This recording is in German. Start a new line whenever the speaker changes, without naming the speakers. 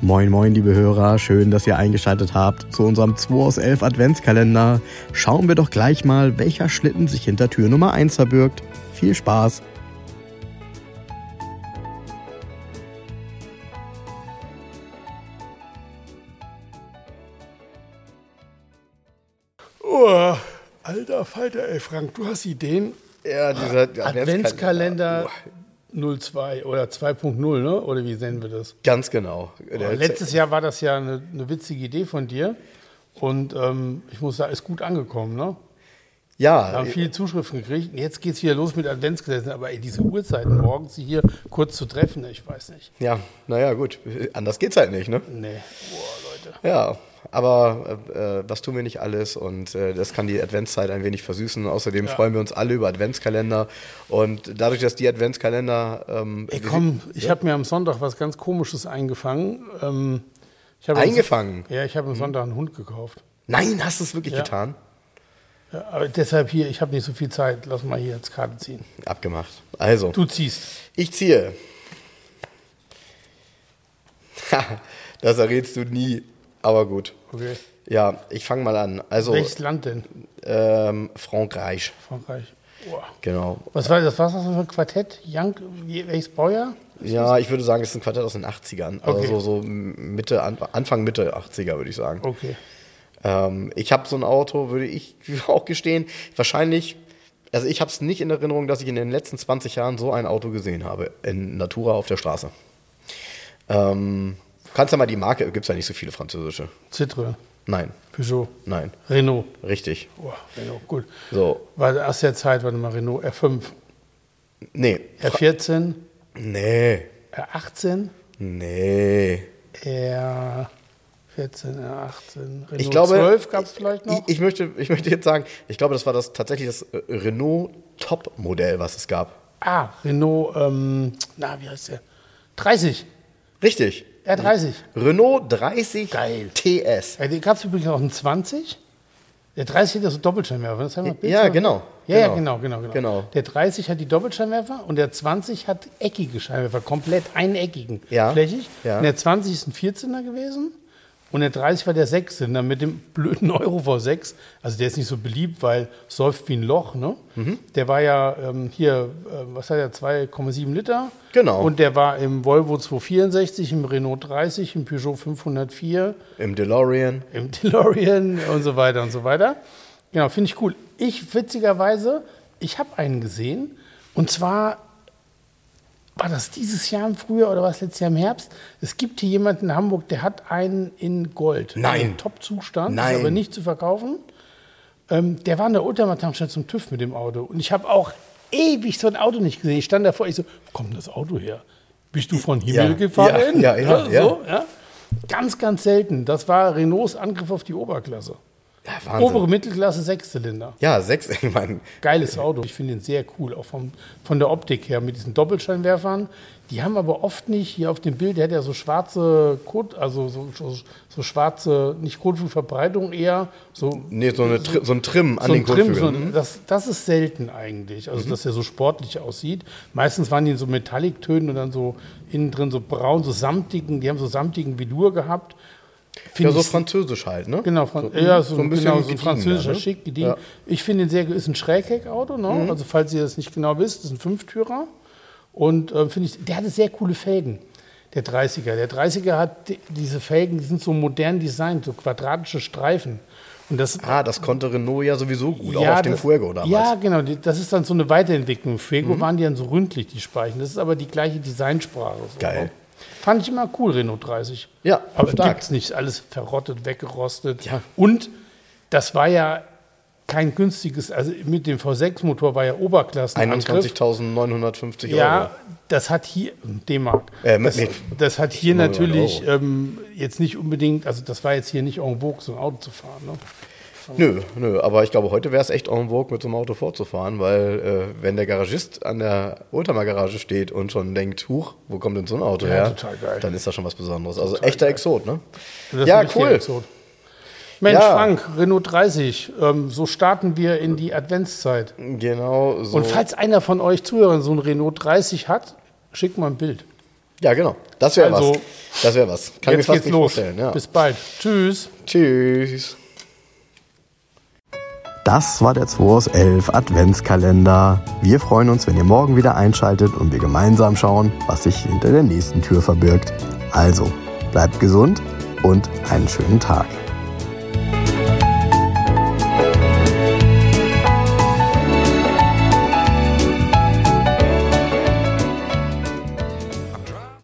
Moin, moin, liebe Hörer, schön, dass ihr eingeschaltet habt zu unserem 2 aus 11 Adventskalender. Schauen wir doch gleich mal, welcher Schlitten sich hinter Tür Nummer 1 verbirgt. Viel Spaß!
Oh, alter Falter, ey Frank, du hast Ideen?
Ja, dieser
Ah, Adventskalender 02 oder 2.0, ne? oder wie nennen wir das? Oh,
Ganz genau. Der-
Letztes Jahr war das ja eine, eine witzige Idee von dir und ähm, ich muss sagen, ist gut angekommen. Ne? Wir
ja,
haben viele Zuschriften gekriegt und jetzt geht es wieder los mit Adventskalender, aber ey, diese Uhrzeiten morgens sie hier kurz zu treffen, ich weiß nicht.
ja, naja, gut. Anders geht's halt nicht, ne?
Nee, boah, Leute.
Ja, aber äh, äh, was tun wir nicht alles und äh, das kann die Adventszeit ein wenig versüßen. Außerdem freuen wir uns alle über Adventskalender und dadurch, dass die Adventskalender ähm,
Ey, komm, ich habe mir am Sonntag was ganz Komisches eingefangen. Ähm, ich habe am-
Eingefangen? Hm.
Ja, ich habe am Sonntag einen Hund gekauft.
nein, hast du es wirklich
Ja.
getan?
Ja, aber deshalb hier, ich habe nicht so viel Zeit. Lass mal hier jetzt Karte ziehen.
Abgemacht. Also,
Du ziehst.
ich ziehe. Ha, das errätst du nie, aber gut.
Okay.
Ja, ich fange mal an. Also,
Welches Land denn?
ähm, Frankreich.
Frankreich. Boah.
Genau.
Was war das? Was war das für ein Quartett? Young, wie- welches Baujahr?
Ja, ich würde sagen, es ist ein Quartett aus den 80ern. Also
Okay.
so, so Mitte, An- Anfang, Mitte 80er, würde ich sagen.
Okay.
Ähm, ich habe so ein Auto, würde ich auch gestehen. Wahrscheinlich, also ich habe es nicht in Erinnerung, dass ich in den letzten 20 Jahren so ein Auto gesehen habe. In Natura auf der Straße. Ähm, kannst ja mal die Marke, gibt es ja nicht so viele französische.
Citroën,
Nein,
Peugeot,
nein,
Renault.
richtig.
Boah, Renault, gut.
So,
War aus der Zeit, warte mal, Renault R5,
nee.
R14,
Nee,
R18,
nee.
R14, R18, Renault
Ich glaube,
12 gab es vielleicht noch.
Ich, ich, möchte, ich möchte jetzt sagen, ich glaube, das war das tatsächlich das äh, Renault Top-Modell, was es gab.
ah, Renault, ähm, na, wie heißt der? 30,
Richtig.
R30.
Renault 30
Geil.
TS.
Ja, Äh, den gab es übrigens auch einen 20. Der 30 hat ja so Doppelscheinwerfer. Das haben wir
Ja, genau.
Ja, ja,
Genau.
genau, genau, genau.
Genau.
Der 30 hat die Doppelscheinwerfer und der 20 hat eckige Scheinwerfer, komplett eineckigen,
Ja.
flächig.
Ja.
Und der 20 ist ein 14er gewesen und der 30 war der 16er mit dem blöden Euro V6. Also der ist nicht so beliebt, weil es säuft wie ein Loch. Ne?
Mhm.
Der war ja ähm, hier, äh, was hat er, 2,7 Liter.
Genau.
Und der war im Volvo 264, im Renault 30, im Peugeot 504
Im DeLorean.
im DeLorean und so weiter und so weiter. Genau, finde ich cool. Ich, witzigerweise, ich habe einen gesehen und zwar war das dieses Jahr im Frühjahr oder war es letztes Jahr im Herbst? Es gibt hier jemanden in Hamburg, der hat einen in Gold.
Nein.
Also im Top-Zustand,
Nein.
ist aber nicht zu verkaufen. Ähm, der war in der Ultramatankstelle zum TÜV mit dem Auto und ich habe auch ewig so ein Auto nicht gesehen. Ich stand davor, ich so, wo kommt denn das Auto her? Bist du von Himmel
Ja,
gefahren?
ja, ja, ja.
So, ja. Ganz, ganz selten. Das war Renaults Angriff auf die Oberklasse.
Ja, Wahnsinn.
Obere Mittelklasse, Sechszylinder.
Ja, sechs irgendwann.
Geiles Auto. Ich finde ihn sehr cool, auch vom, von der Optik her, mit diesen Doppelscheinwerfern. Die haben aber oft nicht, hier auf dem Bild, der hat ja so schwarze Kot, also so, so, so schwarze, nicht Kotflugverbreitung eher, so
Nee, so, eine, Tri- so ein Trim an
so
den Mhm.
ein Trim, so
Kotflügeln.
ein, das, das ist selten eigentlich, also dass er so sportlich aussieht. Meistens waren die in so Metalliktönen und dann so innen drin so braun, so samtigen, die haben so samtigen Velour gehabt. Find
ja, so
ich-
französisch halt, ne?
Genau, Fran ja, so, ein bisschen genau, so ein
gediegen
französischer
da, ne?
Schick, gediegen.
Ja. Mhm.
Ich finde den sehr, ist ein Schrägheck-Auto, ne? also falls ihr das nicht genau wisst, ist ein Fünftürer und äh, finde ich, der hatte sehr coole Felgen, der 30er. Der 30er hat die, diese Felgen, die sind so modern designt, so quadratische Streifen und das
Ah, das konnte Renault ja sowieso gut, auch auf dem
das-
Fuego damals. Mhm.
Ja, genau. die- Das ist dann so eine Weiterentwicklung. Fuego waren die dann so ründlich, die Speichen. Das ist aber die gleiche Designsprache. So,
Geil.
ne? Fand ich immer cool, Renault 30.
Ja,
aber
stark.
gibt's nicht. Alles verrottet, weggerostet.
Ja.
Und das war ja kein günstiges, also mit dem V6-Motor war ja Oberklassenangriff.
21.950
Ja,
Euro.
das hat hier, hm, D-Mark,
Äh, mit-
das,
mit-
das hat hier
900
natürlich ähm, jetzt nicht unbedingt, also das war jetzt hier nicht en vogue, so ein Auto zu fahren. Ne?
Nö, nö, aber ich glaube, heute wäre es echt en vogue, mit so einem Auto vorzufahren, weil äh, wenn der Garagist an der Oldtimer-Garage steht und schon denkt, huch, wo kommt denn so ein Auto her?
total geil.
Dann ist das schon was Besonderes. Also echter Exot, ne?
Das ist
ja,
nämlich der
cool.
Exot. Mensch,
Ja.
Frank, Renault 30, ähm, so starten wir in die Adventszeit.
Genau so.
Und falls einer von euch Zuhörern so ein Renault 30 hat, schickt mal ein Bild.
ja, genau. Das wäre
Also,
was. Das wäre was. Kann mir
Jetzt
fast
geht's
nicht
los.
vorstellen. Ja.
Bis bald. Tschüss.
Tschüss.
Das war der 2 aus 11 Adventskalender. Wir freuen uns, wenn ihr morgen wieder einschaltet und wir gemeinsam schauen, was sich hinter der nächsten Tür verbirgt. Also, bleibt gesund und einen schönen Tag.